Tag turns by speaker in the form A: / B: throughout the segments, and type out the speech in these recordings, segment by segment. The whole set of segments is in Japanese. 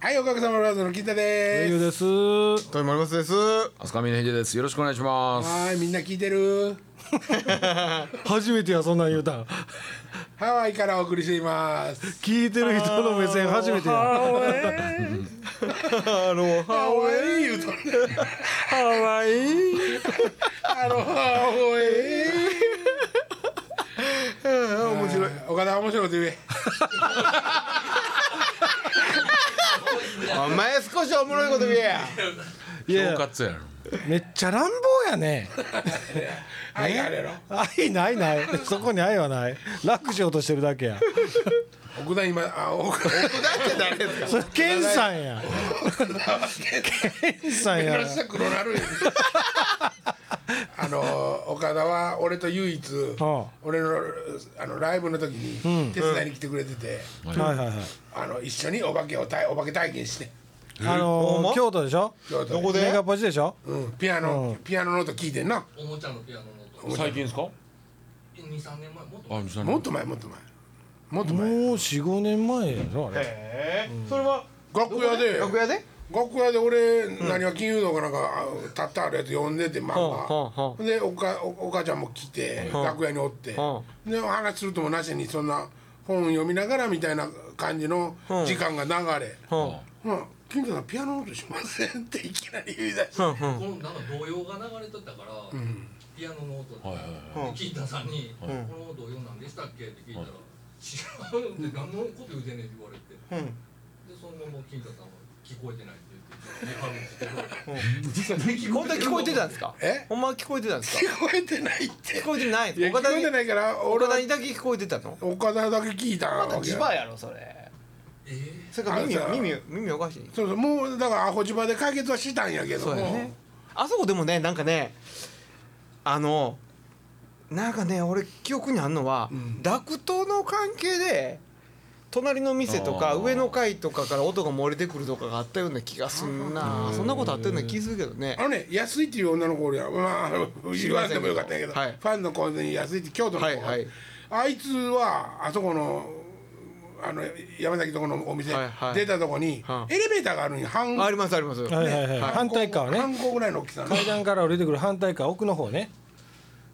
A: はい、おかげさまラジオの金田
B: 大
A: で。
B: 丈夫です。お
C: 豊丸松です
D: 飛鳥峰秀です。よろしくお願いしますす。
A: はーい、みんな聞いてる。
B: 初めてやそんなん言うたん。
A: ハワイからお送りしています。
B: 聞いてる人の目線初めてや。
C: あの
A: ハワイ言うとんねん。
C: ハワイ
A: あのハワ イ。面白い。岡田面白いこと言え。
C: お前少しおもろいこと言えや
B: いやい
D: よか
B: や
D: っつやろ。
B: めっちゃ乱暴やね。
A: はい、あれやろ。
B: 愛ないない。そこに愛はない。楽しようとしてるだけや。
A: 奥田今、あ、奥田。
C: 誰ですか
B: それケンさんや。ケンさんや。
A: 話した黒なるやんあの岡田は俺と唯一、
B: はあ
A: 俺のあのライブの時に手伝いに来てくれてて、
B: はいはいはい。
A: あの一緒にお化けを体お化け体験して
B: あ
C: ほん
B: の
C: ま
B: ー京都でしょ。
A: 京
C: ど
A: 都で、
C: こ
B: メ
C: で
B: ガポジでしょ。
A: うん、ピアノ、ピアノの音聞いてんな
E: おもちゃのピアノの音
D: 最近ですか？
E: 2、3年前もっと
D: あ、みさん。
A: もっと前もっと前もっと前
B: もう四五年前やろあれ。
C: えーそれは
A: 楽屋で
C: 楽屋で
A: 楽屋で俺、何は金融道かなんかあたったあるやつ読んでて漫画、
C: はあはあは
A: でおかおお母ちゃんも来て、楽屋におって、
C: は
A: でお話するともなしにそんな本読みながらみたいな感じの時間が流れ「
C: は
A: まあ、金田さんピアノの音しません」ってい きなり言い出して
C: あ
E: このなんか童謡が流れとったから、ピアノの音で、
D: はいはいはい。
E: で金田さんに、この童謡なんでしたっけ?」って聞いたら「違う」って何のこと言うてんねんって言われて、でそのまま金田さんは「聞こえてない」って言って言ってはるんですけど
F: 本当に聞こえてたんですか
A: え
F: ほんま聞こえてたんですか
A: 聞こえてないって
F: 聞こえてないん
A: いや聞
F: です
A: こ
F: 岡田
A: え
F: に
A: てないから俺
F: 岡田
A: は
F: にだけ聞こえてたの
A: 岡田だけ聞いたわけ
F: 自
A: よ
F: 腹やろそれ
E: え
F: それから耳
A: あのさ
F: 耳耳おかしい
A: そうそうもうだからアホ島で解決はしたんやけど
F: そ
A: も
F: うやねあそこでもねなんかねあのなんかね俺記憶にあんのは、ダクトの関係で隣の店とか
D: あー
F: 上の階とかから音が漏れてくるとかがあったような気がすんなそんなことあったような気するけどね
A: あのね安いっていう女の子俺はまああの言
F: 知り
A: わ
F: ま
A: ん
F: せ
A: で
F: んけど
A: もよかったんやけど、
F: はい
A: ファンの子に安いって京都の子、
F: はいはい
A: あいつはあそこのあの山崎とこのお店、
F: はいはい
A: 出たとこに、
F: は
A: エレベーターがあるんや半
F: ありますあります、
B: はいはいはい。反対側ね。
A: 半個ぐらいの大きさの
B: 階段から降りてくる反対側奥の方ね。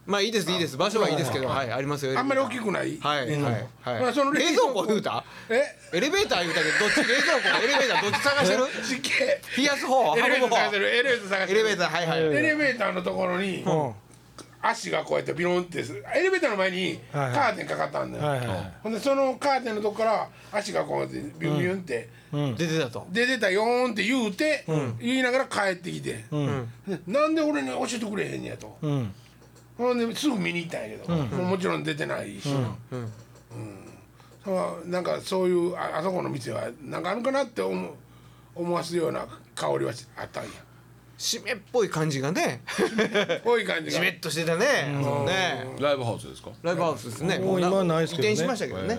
F: まあいいですいいです場所はいいですけどはいありますよ
A: あんまり大きくない、
F: はいはいはい、
A: まあその冷
F: 冷
A: 蔵庫
F: 蔵庫言うた
A: え
F: エレベーター言うたけどどっち冷蔵庫エレベーターどっち探し てる
A: 湿気エ
F: 冷やす方運
A: レベーター探
F: ぶ方
A: してるエレベーター探し
F: エ
A: て
F: レ
A: る
F: ベーターはいはい
A: エレベーターのところに、
B: うん。は
A: 足がこうやってビロンってすエレベーターの前にカ
B: はいはい
A: ーテンかかったんだ
B: い
A: よ、
B: はいはい。
A: ほんでそのカーテンのとこから足がこうやってビュンビュンって、
F: 出てたと
A: で出たよーんって言うて、言いながら帰ってきて、でなんで俺に教えてくれへんねやと、
B: うん。
A: ほんですぐ見に行ったんやけど、もうもちろん出てないし、うんそのなんかそういうああそこの店はなんかあるかなって思う思わすような香りはしあったんや
F: 湿っぽい感じがね
A: こういう感じ
F: 湿
A: が
F: っとしてたねそうね
D: ライブハウスですか？
F: ライブハウスですね
B: もう今はないですけどね
F: 移転しましたけどね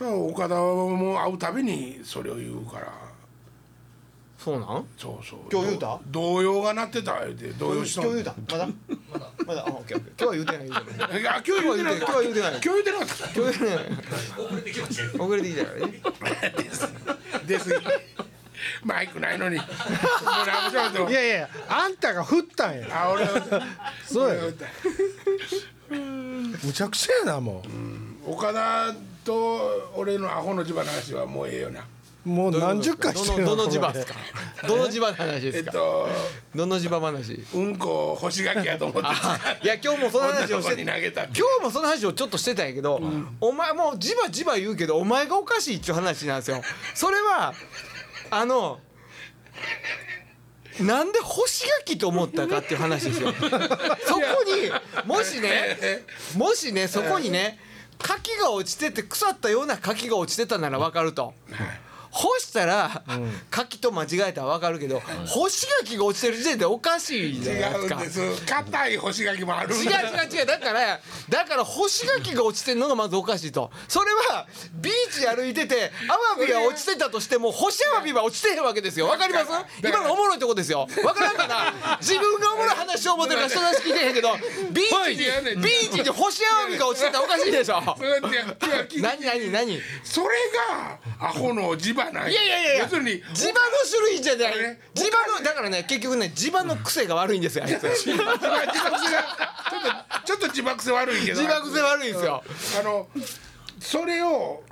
A: そう岡田はもう会うたびにそれを言うから
F: そうなん
A: そうそう
F: 今日言うた
A: 動揺がなってた言うて動揺しと
F: 今日
A: ん
F: 言
A: ね
F: うんたまだまだまだあオッケーオッケー今日は言うてない言うてない
A: あ今日言うてなかった
F: 今日は言うてない
A: 今日言うてなかった
F: 今日言うてない
E: ー、遅れてきましたよ
F: 遅れてきたからね
A: 出過ぎマイクないのにもうラブショート
B: いやいやあんたが振ったんや。
A: あ俺は
B: そうや
A: 俺は
B: ね。むちゃくちゃやなも
A: 岡田と俺のアホの地場の話はもうええよな
B: う。もう何十回してる
F: どのどの地場
B: こ
F: で
B: れ
F: すかどの地場の話
A: え
F: で
A: っ
F: すか
A: と
F: どの地場話
A: うんこを干し柿やと思って
F: あいや今日もその
A: 女
F: 話
A: の
F: をし
A: 子
F: て
A: に投げたって
F: 今日もその話をちょっとしてたんやけど、お前もうじばじば言うけどお前がおかしいっちゅう話なんですよそれはあのなんで干し柿と思ったかっていう話ですよそこにもしねもしねそこにね柿が落ちてて腐ったような柿が落ちてたならわかると。干したら、柿と間違えたらわかるけど、干し柿が落ちてる時点でおかしいじゃ
A: 違
F: ないで
A: う
F: すか
A: んです硬い干し柿もあるん
F: 違う
A: だ
F: 違う違うだからだから干し柿が落ちてるのがまずおかしいとそれはビーチ歩いててアワビが落ちてたとしても干しアワビは落ちてへんわけですよわかります今のおもろいとこですよわからんかな自分がおもろい話を思ってるから人の話聞いてへんけどビーチ
A: はい
F: にビーチに干しアワビが落ちてたらおかしいでしょ
A: それ違う違う
F: 何何何
A: それがアホの地場場ない
F: いやいやいやいや
A: 要するに
F: 地場の種類じゃない
A: あれ
F: 地場のだからね結局ね地場の癖が悪いんですよあいつ
A: 自爆性がちょっとちょっと自爆性悪いけど
F: 自爆性悪いんですよ
A: あのそれを、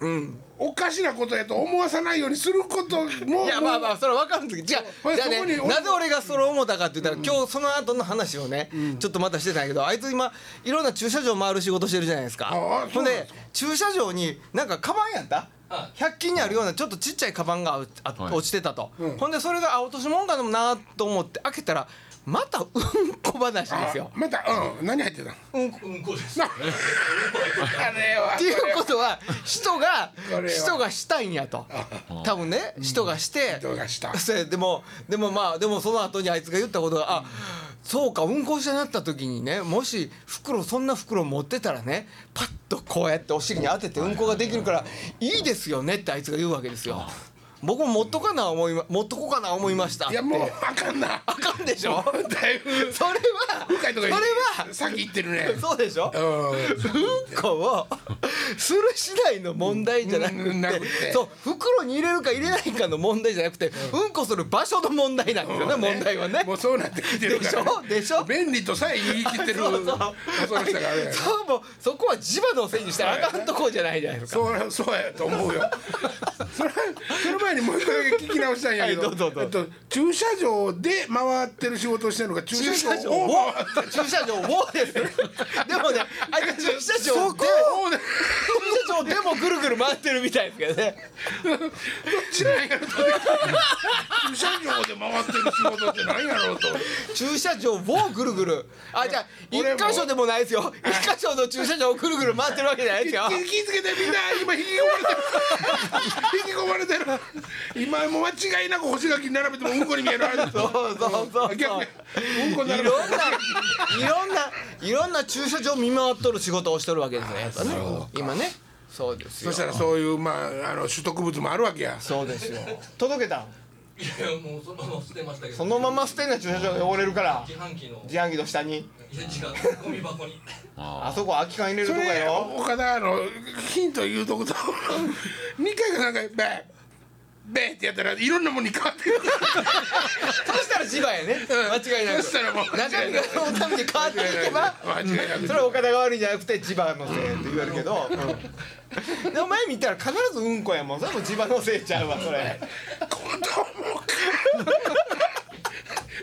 A: おかしなことやと思わさないようにすることも
F: いやまあま
A: も
F: あそれは分かるんですけどじゃ
A: ほ
F: あ
A: い
F: じゃあ
A: そこに
F: ね
A: 俺
F: なぜ俺がそれを思ったかって言ったら今日その後の話をねちょっとまたしてたんやけどあいつ今いろんな駐車場回る仕事してるじゃないですか
A: ああ
F: ほ
A: そ
F: ん
A: うなんで
F: です
A: か
F: 駐車場になんかカバンやった
E: は
F: 100均にあるようなちょっとちっちゃいカバンがああ
D: はい
F: 落ちてたと、ほんでそれがあ落とし物かもなと思って開けたらまたうんこ話ですよ
A: あ。またうん何入ってたの
E: うんこです。
A: あれは
F: っていうことは人が
A: これは
F: 人がしたいんやと多分ね人がして
A: 人がした
F: それでもでもまあでもその後にあいつが言ったことがあそうか運行車になった時にねもし袋そんな袋持ってたらねパッとこうやってお尻に当てて運行ができるからいいですよねってあいつが言うわけですよ。僕も持っとかな思いま持っとこうかな思いましたっ
A: い
F: て
A: やもうあかんな
F: あかんでしょ
A: だいぶ
F: それはそ
A: 深いとこ
F: れ
A: に
F: は
A: 先行ってるね
F: そうでしょ
A: うん
F: うんこをするしないの問題じゃなくて,、
A: うんなくて
F: そう袋に入れるか入れないかの問題じゃなくて、うん、こする場所の問題なんですよね、問題はね。
A: もうそうなってきてるからね、
F: でしょでしょ
A: 便利とさえ言い切ってる
F: そうそう
A: その人があれやね
F: そうもうそこは地場のせいにしたらあかんとこじゃないじゃないですか。
A: そうそうやと思うよ。 それその前にもう一個だけ聞き直したんやけど、
F: はいどうぞどうぞ
A: えっと駐車場で回ってる仕事をしてるのか駐
F: 駐
A: 車
F: 車
A: 場
F: 場
A: を
F: を
A: 回って
F: 駐車場をですよでもねあいつ駐車場で
A: そこをね
F: 駐車場でもぐるぐる回ってるみたいですけどね
A: どっちなんやろと思って駐車場で回ってる仕事ってなんやろうと。
F: 駐車場をぐるぐるあじゃあ一
A: 俺も
F: 箇所でもないですよ一箇所の駐車場をぐるぐる回ってるわけじゃないですよ
A: 気気付けてみんな今引き込まれてる引き込まれてる今もう間違いなく干し柿並べてもうんこに見えるあれだ
F: そうそうそうそうい
A: 逆にうんこ
F: ろんな
A: 並
F: い
A: べて
F: ろんないろんな駐車場を見回っとる仕事をしとるわけですよやっぱね今ねそうです
A: そ
F: よ
A: したらそういうまああの取得物もあるわけや
F: そうですよ届けた
E: いやもうそのまま捨てましたけど。
F: そのまま捨てんな駐車場が汚れるから
E: 自販機の。い
F: 自販機の下に
E: や違う。ゴミ箱に。
F: あそこ空き缶入れる
A: そ
F: とこ
A: れ
F: やよ
A: 岡田あのヒント言うとこと二回かなんかバーベーってやったらいろんなもんに変わってくる
F: そしたら千葉やね間違いな
A: そ
F: く
A: したらもう
F: 中身がそのために変わっていけば
A: 間違いなく
F: それは岡田が悪いんじゃなくて千葉のせいって言われるけど、うん、でお前見たら必ずうんこやもんそれも千葉のせいちゃうわそれ
A: 子供か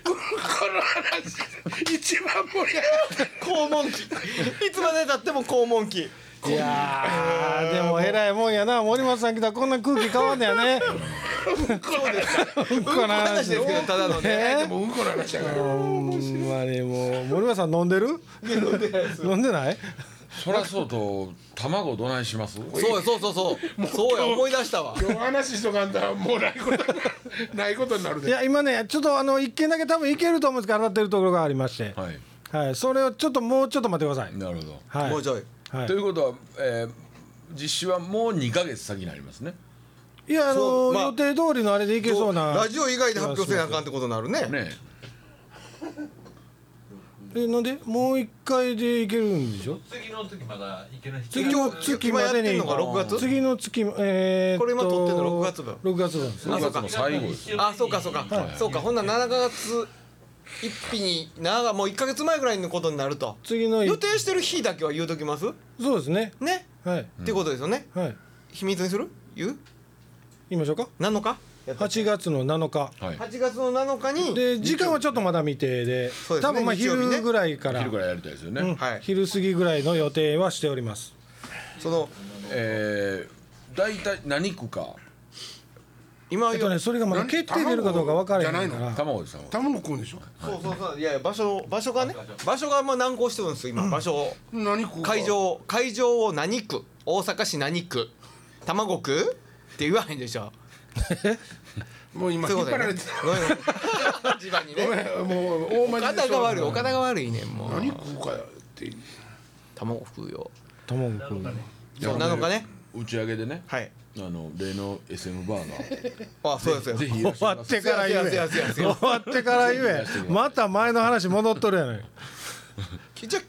A: この話一番盛り上がった
F: 肛門期いつまでたっても肛門期
B: いやーでも偉いもんやな森本さん来たらこんな空気変わんねやねうんこの
F: 話ですけどただのね
A: でもうんこの話だから
B: ほんまにもう森本さん飲んでる飲んでない
D: そらそうと卵どないします
F: そうそうそうそうそうや思い出したわ
A: 今日話しとかんだらもうないことになないことになる
B: い
A: で
B: や今ねちょっとあの一軒だけ多分いけると思うんですけど当たってるところがありまして
D: はい
B: はいそれをちょっともうちょっと待ってください
D: なるほど、
B: はい
F: もうちょい
B: はい
D: ということは、えー実施はもう2ヶ月先になりますね
B: いやあ
F: そ
B: の
F: うまあ
B: 予定通りのあれでいけそうな
F: ラジオ以外で発表せなあかんってことになるね
D: ね
B: えなんでもう一回でいけるんでしょ
G: 次の時まだ行けない人
B: 次の月まで
F: 今やってん
B: に
F: のが六月
B: 次の月えーと
F: これ今撮ってんの六月分
B: 六月分です
D: え
B: ね
F: あそうか
D: の最後です
F: あそうかそうか、そうかほんなら7月1日に長もう1か月前ぐらいのことになると
B: 次の
F: 予定してる日だけは言うときます
B: そうですね
F: ね、
B: はい
F: っていうことですよね
B: はい
F: 秘密にする言う
B: 言いましょうか
F: 7日
B: 八月の七日
D: はい
F: 8月の7日に
B: で時間はちょっとまだ未定で
F: そうですね
B: 多分まあ
F: 日曜日ね
B: 昼ぐらいから
D: 昼からやりたいですよね、
B: うん
F: はい
B: 昼過ぎぐらいの予定はしております
F: その
D: えー、大体何区か
F: 今
B: えっ
F: 言
B: と
F: う、
B: ねそれがまだ
A: 何
B: 決定出るかどうか分からへん
A: じ
B: か
A: ゃない
B: ら
D: 卵さんは
A: 玉の食うんでしょ
F: そうそうそういやいや場所場所がね場所がまあ難航してるんですよ今場所を
A: 何食うか
F: 会場会場を何区大阪市何区卵区って言わへんでしょ
A: もう今
F: そ
A: 引
F: ういう
A: っ張
F: ことや
A: られ
F: ね
A: て
F: ごめんごめん地場に
A: ご
F: ね
A: めんもう大
F: 岡
A: 間
F: 田が悪い岡田が悪いねんもう
A: 何食うかって
F: 卵食うよ
B: 卵くん
F: そうなのかね
D: 打ち上げでね
F: はい
D: あの例の SM バー
F: あそうです
D: が
F: よ
D: ぜひいらっし
B: 終
D: ゃ
B: わ
D: いま
B: っ
D: せ
B: てから言え
F: すいませんすい
B: 終
F: ません
B: わってから言えまた前の話戻っとるやない
F: じゃあ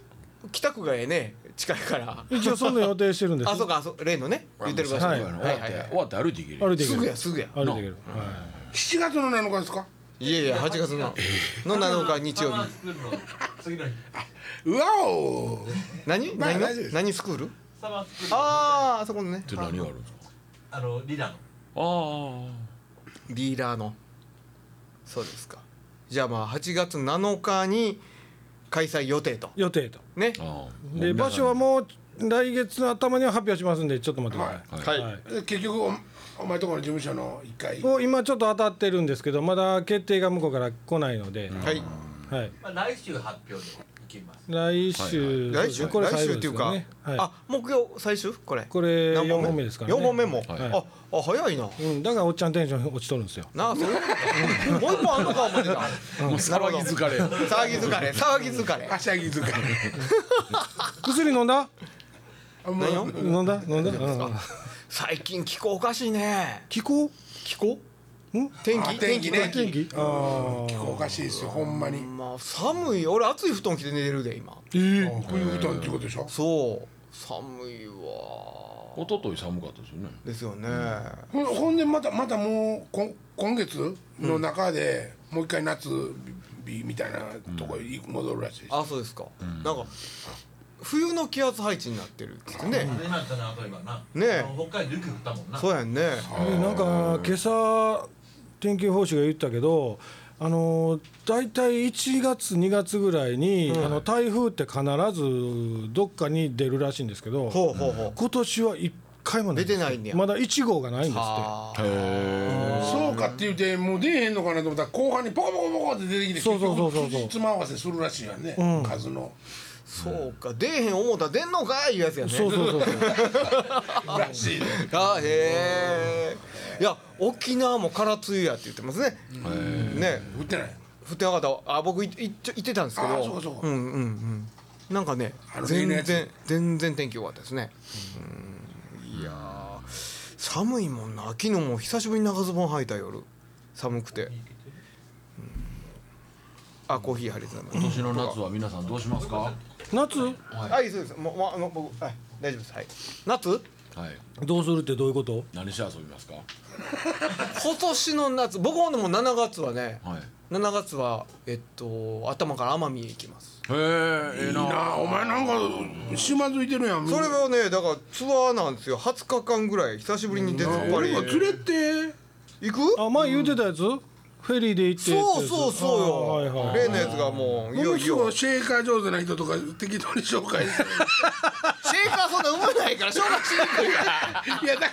F: 北区がええね近いから
B: 一応そんな予定してるんです
F: あそうかあそう例のね言ってる場所
B: はい
D: 終わって終わって歩いていける
B: 歩いていけ
F: すぐ
B: る
F: やすぐや
B: 歩いていけるはい
A: 7月の7日ですか
F: いやいや8月のの7日日曜
G: サ
F: 日
G: マースクールの次の日
A: うわお
F: 何
A: まあ
F: 何
A: 大
F: の
A: 丈夫です
F: 何スクール
G: サマースクールの
F: あああそこのね
D: って何があるんですか
G: あのリーダーの
D: ああ
F: リーダーのそうですかじゃあまあ8月7日に開催予定と
B: 予定と
F: ね
D: ああ
B: で場所はもう来月の頭には発表しますんでちょっと待ってください
D: はい
C: はい、
B: はい
A: え結局おお前とこの事務所の1階
B: を今ちょっと当たってるんですけどまだ決定が向こうから来ないので、
F: はい
B: はい、
G: まあ来週発表でいきます
B: 来週、
F: 来週
B: これ
F: 来
B: 最後
F: 週っ
B: で
F: て
B: すよ
F: いうか
B: ね、はい、
F: あ木曜最終これ
B: これ
F: 何
B: 4本目ですからね
F: 4本目も
D: はい
F: ああ早いな
B: うん、だからおっちゃんテンション落ちとるんですよ
F: なあそういうもう一本あんのか思ってた
D: もう騒ぎ疲れ
F: 騒ぎ疲れ騒ぎ疲れ
A: はしゃぎ疲れ
B: 薬飲んだ
A: あもう
F: 何を
B: 飲んだ飲んだ、うん、
F: 最近気候おかしいね
B: 気候
F: 気候
B: ん
F: 天
A: あ
F: 気
A: 天気ね
B: 天気あー
A: 気候おかしいですよほんまに
F: まあ寒い俺暑い布団着て寝てるで今
A: 冬布団っていうことでしょ
F: そう寒いわ
D: 一昨日寒かったですよね
F: ですよね、
A: ほんほんでまたまたもうこ今月の中でもう一回夏日みたいなとこに戻るらしいです
F: あそうですか、なんか冬の気圧配置になってるっつってね、
G: 今やったな例えばな
F: ねえ
G: あの北海道雪降ったもんな
F: そうやんね
B: でなんか今朝天気予報士が言ったけどあの大体1月2月ぐらいに、あの台風って必ずどっかに出るらしいんですけど、
F: ほうほうほう
B: 今年は一回もないです
F: 出てないんや
B: まだ一号がないんですって
F: あ
A: そうかって言うてもう出えへんのかなと思ったら後半にポコポコポコって出てきて
B: そうそうそうそう
A: 結局つま合わせするらしいやんね、数の
F: ーそうか出えへん思うたら出んのかいいうやつやね
B: そうそうそうそう
A: らしいね
F: あへえいや沖縄も空梅雨やって言ってますねね
A: 降ってない
F: 降ってなかったあ僕いいちょ行ってたんですけど
A: あそうかそうか
F: んうんうんなんかね
A: あの例
F: 全
A: のやつ
F: 然全然天気良かったですねうんいやー寒いもんな昨日も久しぶりに長ズボン履いた夜寒くて、うんあコーヒー入れてたの
D: 今年の夏は皆さんどうしますかは
B: 夏
F: はい、そうですもう、まあの僕はい大丈夫ですはい夏
D: い
B: どうするってどういうこと
D: 何して遊びますか
F: 今年の夏僕ほんでもう7月はね
D: はい
F: 7月はえっと頭から奄美へ行きます
D: へえええ
A: いいなお前なんか島付いてるやんみん
F: そ
A: な
F: れはねだからツアーなんですよ20日間ぐらい久しぶりに出ずっぱり
A: 俺も連れて
F: 行く
B: あ前言うてたやつ、フェリーで行ってってやつ
F: そうそうそう
B: あーはい
F: よ
B: はい
F: 例のやつがもうい
A: も
F: よ
A: の
F: い
A: すご
F: よ
A: いシェイカー上手な人とか適当に紹介して
F: シェイカーそんな産めないから紹介しにくいから
A: いやだ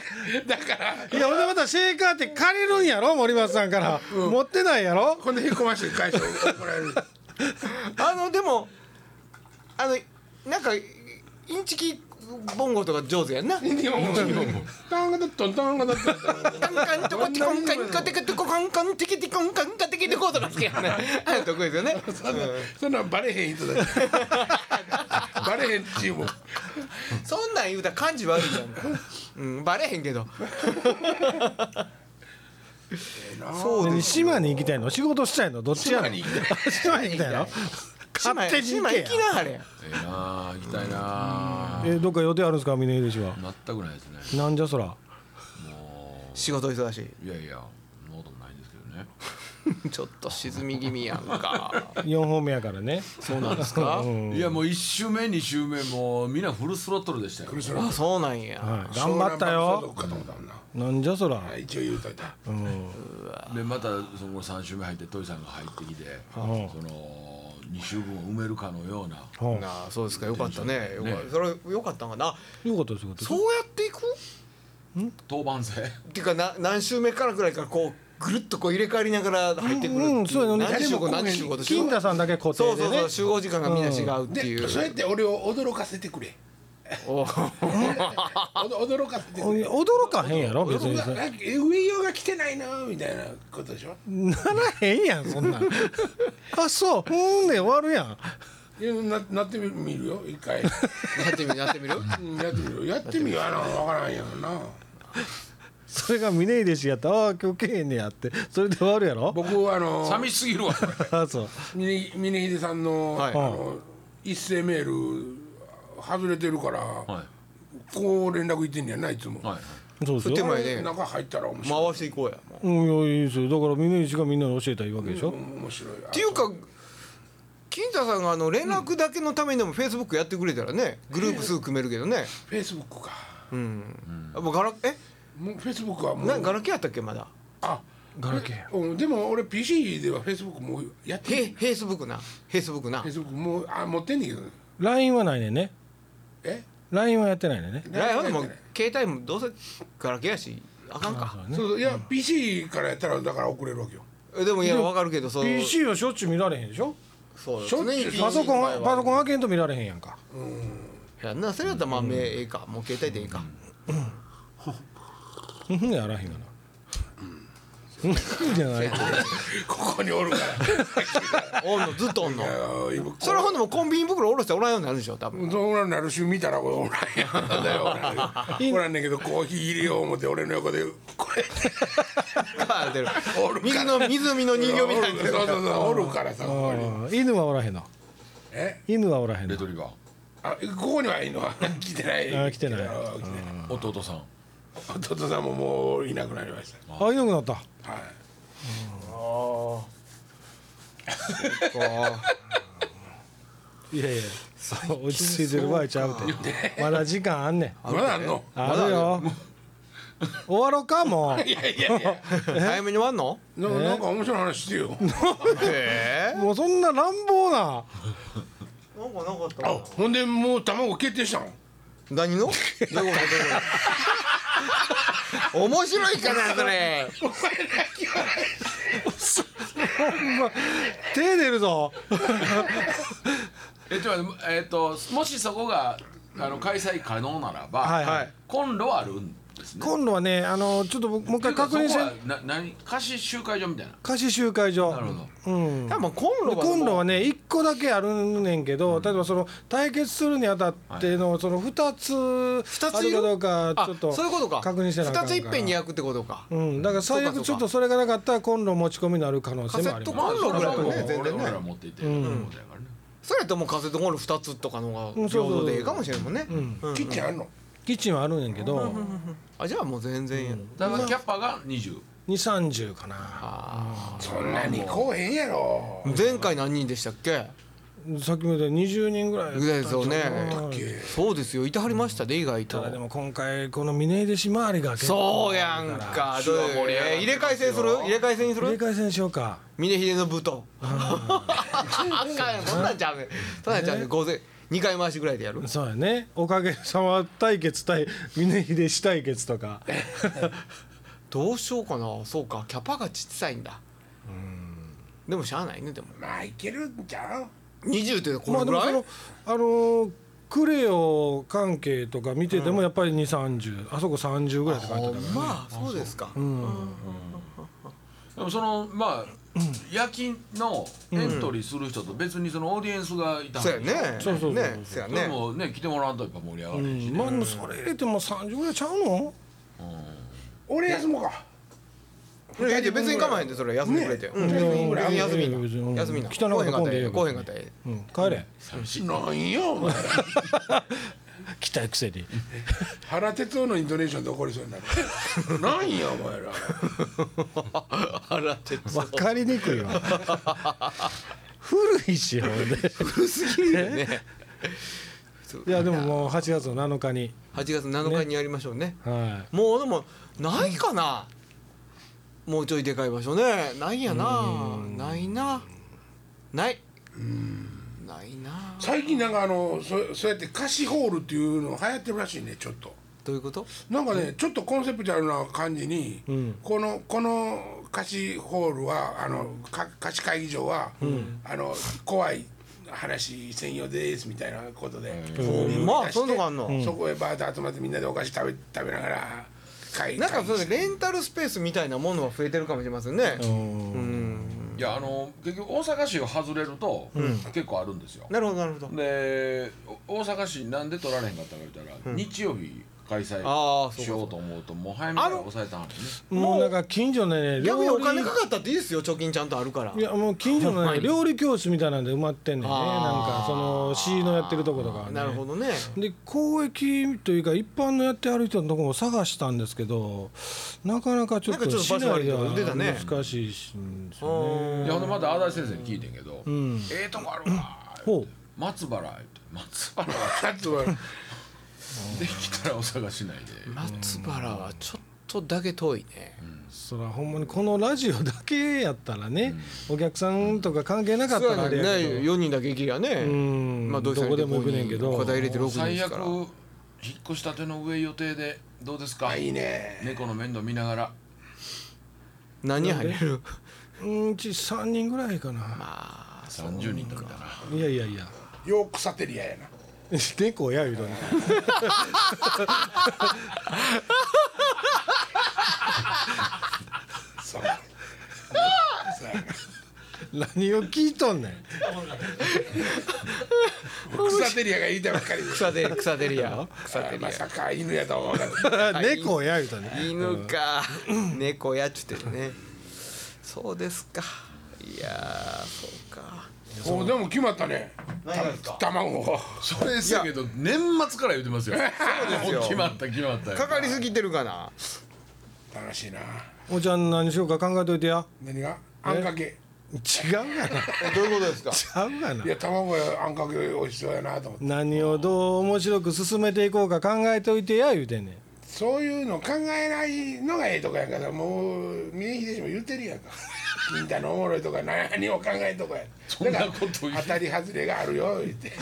A: だから
B: いやほんでまたシェーカーって借りるんやろ森松さんから、持ってないやろ
A: こんでへこまして返して怒られる
F: あのでもあのなんかインチキボンゴとか上手やんな
A: 日本語タンガタットンタンガタットン
F: カンカンとこティコンカンカテケテコカンカンテケテコンカンカテケテコとか好きやん ね得意ですよ ね
A: そんなんバレへん人だけバレへんチーム
F: そんなん言うたら感じ悪いじゃん。うん、バレへんけ ど。そう
B: で
F: です。
B: 島に行きたいの仕事したいのどっちやの
A: 島に行
B: 島に行き たいの勝手に行
F: 島
B: け
F: 行
B: や
F: きなはれ。
D: えな行きたいな
B: えどっか予定あるんですか峰秀氏は
D: 全くないですね
B: なんじゃそら
D: も
F: 仕事忙し
D: ういやいやそんなこともないんですけどね
F: い。ちょっと沈み気味やんか。
B: 4本目やからね
D: そうなんですか
B: うん
D: いやもう1周目2周目もうみんなフルスロットルでしたよ
F: あ、そうなんや。
B: はい頑張った
A: 湘南爆走
B: よ
A: 族かと思ったもんな
B: なんじゃそら
A: あ一応言うといた
D: でまたその3周目入ってトイさんが入ってきてそ
B: は
D: の2周分を埋めるかのような
B: は
F: なあ、そうですか。よかったね。よか
D: ね
F: それよかったんかな。
B: よかったですよかった
F: そうやっていく？
D: 当番制
F: っていうかな何週目からぐらいからこうぐるっとこう入れ替わりながら入ってくるってい。
B: うんそうやね
F: 何時集合何時集合で集合
B: 金田さんだけ固定
F: そうそ
B: で
F: うそ
B: ね
F: う集合時間がみんな違うってい
A: で
F: う。
A: そうやって俺を驚かせてくれ
F: お
A: おど驚かせて
B: お
A: くれ
B: 驚かへんやろ別に
A: うわなんか上用が来てないなみたいなことでしょ
B: ならへんやんそん なんあそううんで終わるやん
A: いやななってみるよ一回
F: やってみるやってみる。
A: うんやってみるやってみようあの分からんやろな
B: それが峰秀氏やったらああ今日けへんねやってそれで終わるやろ
A: 僕あの
D: 寂しすぎるわ
B: あそう
A: 峰峰秀さんの,、
F: はい
A: あの一斉メール外れてるから、
D: は
A: こう連絡いってんじゃないいつも、
D: いはい
B: そうです
F: 振って
B: よ
F: も。らえね
A: 中入ったら面白い
F: 回していこうやもうっ
B: うん、いやいいですよ。だから峰岸がみんなに教えたらいいわけでしょ。
A: 面白いって
F: いうか金太さんがあの連絡だけのためにでもフェイスブックやってくれたらねグループすぐ組めるけどね
A: フェイスブックか
F: うんもうガラえ
A: もうフェイスブックはもう
F: なガラケーやったっけまだ
A: あ
B: ガラケーや
A: うんでも俺 PC ではフェイスブックもうやって
F: へ
A: る
F: フェイスブックなフェイスブックな
A: フェイスブックもうあ持ってんねんけど
B: LINE はないねんね。
A: え
B: LINE はやってないねんね。
F: ライフでも携帯もどうせガラケーやしあかんか
A: そうそういや PC からやったらだから送れるわけよ
F: えでもいやわかるけどその
B: PC はしょっちゅう見られへんでしょ。
F: そう
A: しょっちゅう
F: 常に
B: パソコン
F: 前は
B: パソコン開けんと見られへんやんか。
F: いやなそれやったらまあ目ええかもう携帯でええか
B: うんやらへんがな。うんじゃないと。
A: ここにおるから
F: おんのずっとおんの
A: いや今
F: それほんでもコンビニ袋おろしたらおらんようになるでしょ多分
A: そうなるし見たらこれおらんやんだよおらんやんおらんねんけどコーヒー入れよう思って俺の横でこれ
F: あ出る
A: おるか
F: 水
A: ら
F: の湖の人形みたいな
A: そうそうそうおるからさここに
B: あー犬はおらへんの。
A: え
B: 犬はおらへん
D: レ
B: の
D: ト。リバ
A: あここにはいいの 来てない
B: あ来てな
A: あ
B: い
A: 来てない
D: ー弟さん
A: 弟さんももういなくなりまし
B: あいなくなった。
A: たはい
B: いやいや。落ち着いてる場合ちゃうて。まだ時間あんねん。
A: まだあんの
B: あるよ。終わろうかもう。
A: いやいやいや
F: 早めに終わんの
A: ななんか面白い話してよ
F: へえ
B: もうそんな乱暴な。
F: なんかなかった
A: あほんでもう卵決定したの
F: 何のどういうことどういうこと面白いかなそれ
B: 手出るぞ。
D: えちょっと待ってえっともしそこがあの開催可能ならば、
B: はいはい
D: コンロはあるんですね
B: 今度はね、あのちょっと僕もう一回確認し
D: そ
B: て
D: こ。はな何貸し集会所みたいな
B: 貸し集会所。
D: なるほど
B: うん。
F: 多分コン
B: で
F: ロは
B: コンロはね1個だけあるねんけど、例えばその対決するにあたってのその2つ
F: 二
B: あ
F: つい
B: る
F: る
B: かどうか
F: あ
B: ちょっと
F: そういうことか
B: 確認してなあかんから
F: 2ついっぺんに焼くってことか
B: うん、だから最悪ちょっとそれがなかったらコンロ持ち込みになる可能性もあり
F: カセットコ
B: ま
F: ン
B: す。
F: ロぐらいはね
D: それ
F: 全然ね
D: 俺ら持っていってることやからね
F: それやったらもうカセットコンロ2つとかの方
B: う
F: が
B: んそう
F: 平
B: そう
F: 等でいいかもしれんもんね
A: キッチンあんの
B: キッチンはあるんやけど、
F: あじゃあもう全然や
D: だからキャッパが20
B: 230かな。
A: そんなにこうへんやろ
F: 前回何人でしたっけ
B: さっきも言ったように20人ぐらいやったん
F: ぐ
B: ち
F: ら
B: ゃ
F: いうですよねそうですよいてはりましたで意外
B: ただで
F: と
B: も今回この峰出し周りが結構
F: そうやんか
D: 主は盛り上がってますよ
F: えー入れ替え戦する入れ替え戦にす
B: 入れ
F: る
B: 替え戦しようか。
F: 峰秀の舞踏 あかんよそんなんちゃうねんそんなんちゃうねん午前2回回しぐらいでやる
B: そうやね。おかげさま対決対峰秀氏対決と か。
F: どうしようかなそうかキャパがちっさいんだでもしゃあないねでも
A: まあいけるんちゃう
F: 20ってこ
B: ま
F: れ
B: あで
F: ぐ
B: も
F: ら
B: そ
F: い
B: のあのークレヨ関係とか見ててもやっぱり2三3 0あそこ30ぐらいって書いてあ
F: ほ
B: ったから
F: んまあそうですか
D: でもそのまあ夜勤のエントリーする人と別にそのオーディエンスがいたん
F: そうやね
B: そうそうそう
F: ねそうや
D: で
F: ね
D: もね来てもらわんとやっぱ盛り上がるし、
B: うんまあでもそれ入れても30ぐらいちゃうの
A: 俺休もうか
F: いやいや別に構わへんでそれ休んでくれて、うん、別に別に休みな
B: 別にうん
F: 休みな
B: 汚なこと込んでええよ
F: こうへんかったらええ
B: うん帰れ
A: なんよお前
B: 来たくせに
A: 原哲夫のインドネーションで怒りそうになる なんやお前ら
F: 腹鉄
B: 分かりにくいわ古いしほんで
F: 古すぎるよね
B: いやでももう8月の7日に
F: 8月7日にやりましょうね
B: は
F: もうでもないかな、もうちょいでかい場所ねないんやなないなないないな
A: 最近なんかあのそそうやって貸しホールっていうの流行ってるらしいねちょっと
F: どういうこと
A: なんかね、ちょっとコンセプチュアルな感じに、このこの貸しホールはあのか貸し会議場は、あの怖い話専用ですみたいなことで、
F: まあそういうのがあんの、
A: そこへバーッと集まってみんなでお菓子食べ食べながら会
F: なんか
A: 会議
F: それレンタルスペースみたいなものは増えてるかもしれませんね
B: いうん
D: いやあの結局大阪市を外れると、結構あるんですよ
F: なるほどなるほど
D: でお大阪市なんで取られへんかったか言ったら、日曜日開催
F: あーそうか
D: しようと思うともう早めから抑えたんね
B: もうなんか近所のね
F: 逆に
B: 料
F: お
B: 理
F: 金かかったっていいですよ貯金ちゃんとあるから
B: いやもう近所
F: ほん
B: の
F: ま
B: ね
F: に
B: 料理教室みたいなんで埋まってんねんねなん
F: あー
B: かその C のやってるとことかはね
F: なるほどね
B: で公益というか一般のやってある人のところを探したんですけどなかなかちょっ
F: なん
B: と
F: かち
B: 市
F: ょっと場所
B: 内
F: 割
B: で
F: りとか
B: は
F: 出たね
B: 難しいしんですよね。
D: いやほんでまた足立先生に聞いてんけど「
B: ん
D: ええとこあるわ」
B: ほ
D: 松原」って「松原は
A: 夏は
D: できたらお探しないで」
F: 松原はちょっとだけ遠いね
B: うそらほんまにこのラジオだけやったらね、お客さんとか関係なかっ
F: そう
B: た
F: や
B: らあれ
F: ねん
B: や
F: ね
B: けど
F: 4人だけ行きりゃね
B: うん
F: まあどうせ
B: どこでも行くねんけど
F: ここに答え入れて6人で
D: 最
F: す
D: 悪
F: から
D: 引っ越したての上予定でどうですか
A: あいいね
D: 猫の面倒見ながら
F: 何入れる
B: うんち3人ぐらいかな、
F: あーそう
D: 30人だったら
B: いやいやい や
A: よくサテリアやな
B: 猫や言うとね
A: そう
B: 何を聞いとんねん
A: 草テリアが言いたばっかりで
F: 草で草デリア草
A: あ
F: デ
A: ー
F: リア
A: まさか犬やとは思わなかった
B: 猫や言うとね
F: 犬か猫やっちゅってねそうですかいやーそうか
A: おでも決まったね
G: 何がですか
A: 卵を
D: それですけど年末から言って ますよ
F: ですよ
D: もう決まった決まった
F: かかりすぎてるかな
A: 楽しいな
B: おちゃん何しようか考えといてや
A: 何があんかけ
B: 違うがな
F: どういうことですか
B: 違うがない
A: や卵やあんかけ美味しそうやなと思って
B: 何をどう面白く進めていこうか考えといてや言うてんねん
A: そういうの考えないのがええとかやからもう三重秀氏も言ってる やんか金太のおもろいとか何を考えとかや
D: そんなこと言う
A: だから当たり外れがあるよ言 って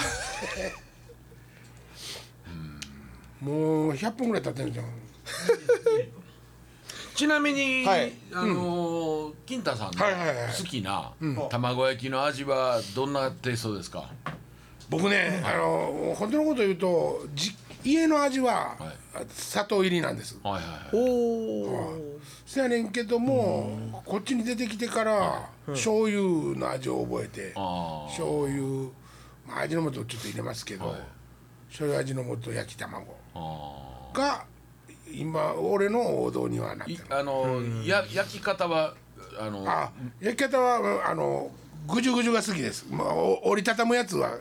A: もう100分ぐらい経ってるじゃん
D: ちなみに、
F: はい
D: あのー金太さんの
A: はいはいはい
D: 好きな卵焼きの味はどんなテイストですか、
A: 僕ね、あの本当のこと言うとじ家の味は、
D: はい
A: 砂糖入りなんです
D: はいはい
F: お
D: はい
F: お
A: せやねんけどもこっちに出てきてから、醤油の味を覚えて
D: あー
A: 醤油、まあ、味の素をちょっと入れますけど、
D: はい
A: 醤油味の素焼き卵
D: あ
A: が今俺の王道にはなっ
D: ー
A: て
D: い
A: る
D: あのーや焼き方はあの
A: あ焼き方はあのぐじゅぐじゅが好きです、まあ、お折りたたむやつは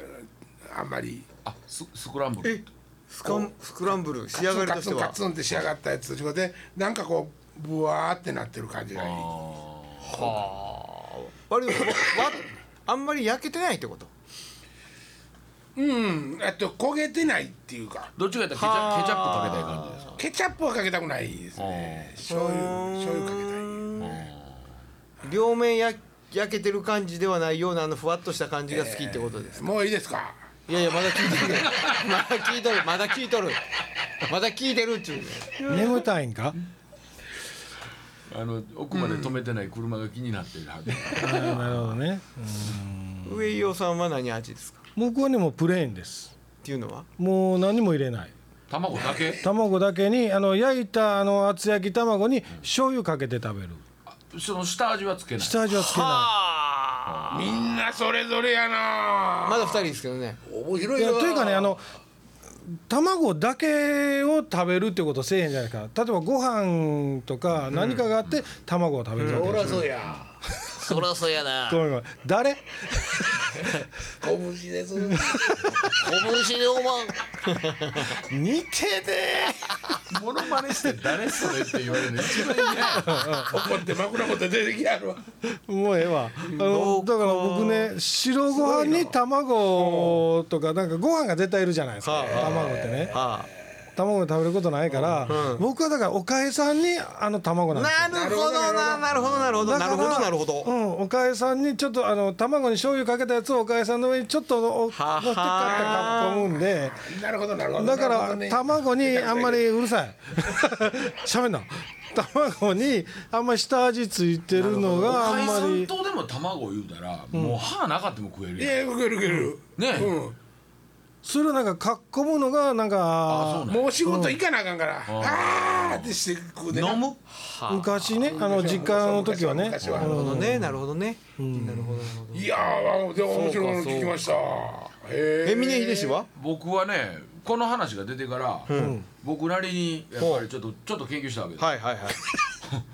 A: あんまり
D: あススクランブル
F: スカンスクランブル
A: カ
F: 仕上
A: ツ
F: が
A: ン
F: り
A: カ
F: とし
A: ツ
F: て
A: ンカ
F: は
A: ツンって仕上がったやつとかでなんかこうブワーってなってる感じがいい
D: あ
F: 割とわあんまり焼けてないってこと
A: うんあと焦げてないっていうか
D: ーどっちかやったらケチャケチャップかけたい感じですか
A: ケチャップはかけたくないですね醤油醤油かけたい
F: 両面や焼けてる感じではないようなあのふわっとした感じが好きってことです、
A: もういいですか
F: いやいやまだ聞いてるまだ聞いとるまだ聞いとるまだ聞いてるっちゅうね
B: 眠たいんか
D: あの奥まで止めてない車が気になってるはず、
B: なるほどね
F: 上井雄さんは何味ですかっ
B: 僕はねもうプレーンです
F: ていうのは
B: もう何も入れない
D: 卵だけ
B: 卵だけにあの焼いたあの厚焼き卵に醤油かけて食べる
D: その下味はつけない
B: 下味はつけな
F: あ
A: みんなそれぞれやな
F: まだ二人ですけどね
A: 面白
B: いいやというかねあの卵だけを食べるってことせえへんじゃないか例えばご飯とか何かがあって卵を食べるわけでしょ
A: そうや
F: そらそやな
B: ごめんごめん誰
A: 拳です
F: おしでおまん
B: 似てね
D: モノマネして誰それって言われるの一番嫌や
A: 怒って枕元出てきやるわ
B: もうええわあのだから僕ね白ご飯に卵とかなんかご飯が絶対いるじゃないですか卵ってね
F: あ
B: 卵で食べることないから僕はだからおかえさんにあの卵
F: あ
B: なんですよ
F: なるほどななるほどなるほど
B: だ
F: な
B: か
F: る
B: ら
F: ほどなるほど
B: うん、おかえさんにちょっとあの卵に醤油かけたやつをおかえさんの上にちょっとのお乗って
F: はあ
B: かってかと思うんで
A: なるほどなるほど
B: だ
A: な
B: か
A: るほど
B: ら
A: ね
B: 卵にあんまりうるさい 喋んな卵にあんまり下味ついてるのがあ
D: 海
B: んま
D: 産
B: り
D: 島でも卵言うたら、もう歯なかっても食える
A: い
D: やん
A: や受ける受ける
D: ねえ
A: うん
B: それをなんかかっこむのがなん
D: あそう
B: か
D: なん
A: もう仕事行かなあかんからあーってして食うでな
D: 飲む
B: 昔ねあの実家の時はね
A: 昔は
F: なるほどねなるほどねなるほどなるほど
A: いやーでも面白いもの聞きましたへ
F: え峰秀氏は
D: 僕はねこの話が出てから、僕なりにやっぱりちょっとちょっと研究したわけです、
F: はいはいはい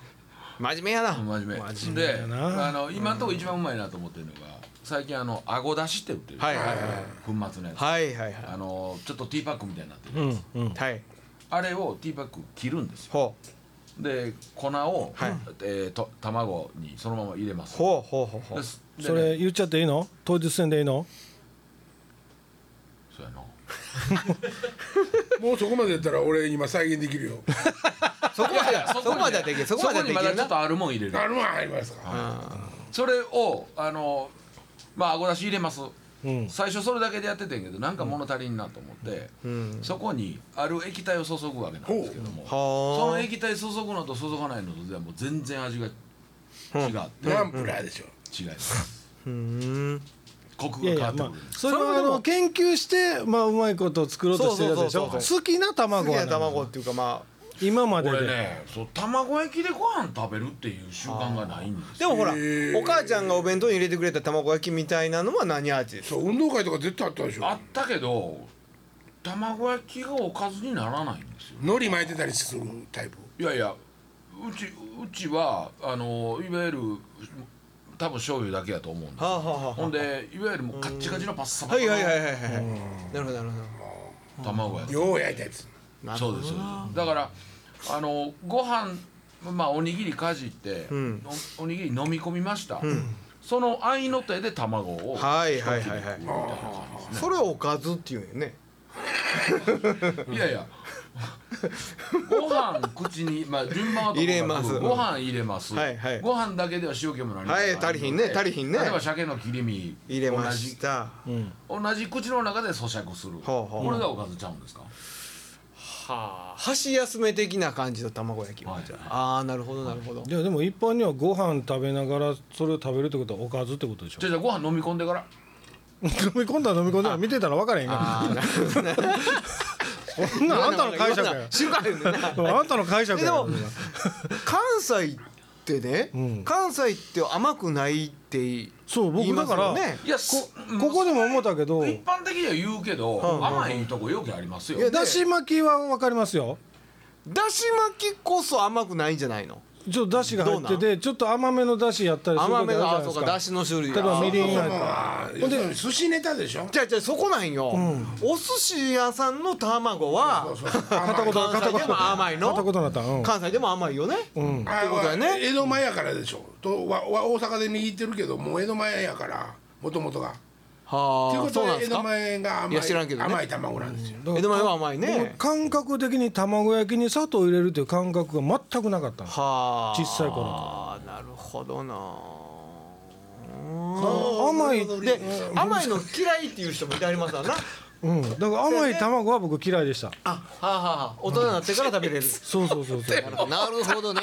F: 真面目やな
D: 真面目
B: 真面目やな
D: であの今のとこ一番うまいなと思ってるのが最近あのあごだしって売ってる、
F: はいはいはい
D: 粉末のやつ、
F: はいはいは
D: あのちょっとティーパックみたいになってる、
B: うんうん
F: いはい
D: あれをティーパック切るんですよ
F: ほう
D: で粉を、
F: はい
D: えーと卵にそのまま入れます
F: ほうほうほうほう
D: ですでね
B: それ言っちゃっていいの当日戦でいいの
D: そうやな
A: もうそこまでやったら俺今再現できるよ
F: そこまではそ
D: そ
F: こ
D: こ
F: ま
D: ま
F: で
D: で
F: はできるそ
D: そ
F: こま
D: こ
F: ではで
D: に
F: き
D: まだち
F: る
D: ょ
F: な
D: っとあるもん入れる
A: あるもん入りますか
D: それをあのまああごだし入れます
B: うん
D: 最初それだけでやっててんけどなんか物足りんなと思って、そこにある液体を注ぐわけなんですけども、その
F: は
D: 液体注ぐのと注がないのとではもう全然味が違って、
A: ナンプラーでしょ
D: 違います
F: あうん
D: コク
B: い
D: が
B: やい
D: 変わ
B: や
D: ってく
B: ま
D: る
B: あ
D: んです、
B: それはあの研究してまあうまいことを作ろうとしてるやつでしょ
F: そうそうそうそ
B: 好きな
F: 好き
B: 卵は
F: な
B: 何なの
F: 卵っていうかまあ
B: 今まで
D: 俺
B: で
D: ねそう卵焼きでご飯食べるっていう習慣がないんです
F: でもほら
A: へー
F: お母ちゃんがお弁当に入れてくれた卵焼きみたいなのは何味です
A: そう運動会とか絶対あったでしょ
D: あったけど卵焼きがおかずにならないんですよ
A: 海苔巻いてたりするタイプ
D: いやいやうちうちはあのいわゆる多分醤油だけやと思うんですよ
F: はあはあはあ
D: ほんでいわゆるもうカッチカチのパッサパ
F: はいはいはい
D: サ
F: はいはいなるほどなるほ
D: の卵やつ
A: よう焼いたやつ
F: ど
D: そうですそうですだからあのご飯まあおにぎりかじって、
F: ん
D: おおにぎり飲み込みました、その合いの手で卵を
F: はいはいはいはい
A: あ
F: それをおかずっていうんよね
D: いやいやご飯口にまあ順番はともかく
F: 入れます
D: ご飯入れます、
F: はいはい
D: ご飯だけでは塩気も何も
F: はい足りひんね足りひんね
D: 例えば鮭の切り身
F: 入れました
B: うん
D: 同じ同じ口の中で咀嚼する
F: ほうほう
D: これがおかずちゃうんですか
F: はあ箸休め的な感じの卵焼きは
D: はい
F: じゃああーなるほどなるほど
B: いやでも一般にはご飯食べながらそれを食べるってことはおかずってことでしょ
D: じゃあじゃあご飯飲み込んでから
B: 飲み込んだら飲み込んだら見てたら分からへんか
F: あーなるほどね
B: らそんなあんたの 解釈や
F: 知らへんねんな
B: あんたの解釈
F: えで
B: や
F: も関西ってね、
B: うん
F: 関西って甘くないって言い
B: そう僕だから
F: 言いますよね
D: いやこ
B: ここでも思ったけど
D: 一般的には言うけど、
F: んうんうん
D: 甘いとこよくありますよ
F: いや
B: だし巻きは分かりますよ
F: だし巻きこそ甘くないんじゃないの
B: ちょっとだしが入っててちょっと甘めのだしやったりする
F: 甘め
B: 時
F: の
B: あ
F: あ
B: るじ
F: そう
B: ゃ
F: か
B: ないですか
F: だしの種類
B: 例えばみりん
A: あま
B: が入った
A: あ要するに寿司ネタでしょ
F: じゃあじゃあそこなんよ、お寿司屋さんの卵は
A: そうそう片
B: 言
F: 関西でも甘いの
B: 片言になったうん
F: 関西でも甘いよね、
B: うん
A: あ
F: ってことだよね
A: わ江戸前やからでしょとわわ大阪で握ってるけどもう江戸前やからもともとがという
F: は
A: こ
F: あそう
A: と
F: なん
A: で江
F: です
A: 戸
F: か
A: 前が
F: い
A: 甘
F: や知らんけ
A: い
F: どね
A: 甘い卵なんですよ
F: 江戸前は甘いね
B: 感覚的に卵焼きに砂糖を入れるという感覚が全くなかったの
F: はあ
B: 小さい頃
F: あなるほどな
B: 甘い
F: で甘いの嫌いっていう人もいてありますわな
B: うんだから甘い卵は僕嫌いでした
F: あはあはあはあ大人になってから食べれる
B: そうそうそうそう
F: なるほどね。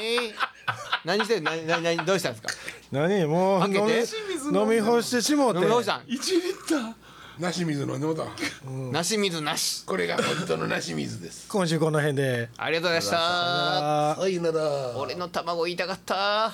F: 何してんの何何何どうしたんですか。
B: 何もう
F: 開け
B: 飲み
F: て
B: 飲み干してしもうて
F: どうしたん。
A: なし水の飲んだ
F: なし水なし。
A: これが本当のなし水です
B: 今週この辺で
F: ありがとうございました。
B: あー
A: はいなら
F: 俺の卵言いたかった。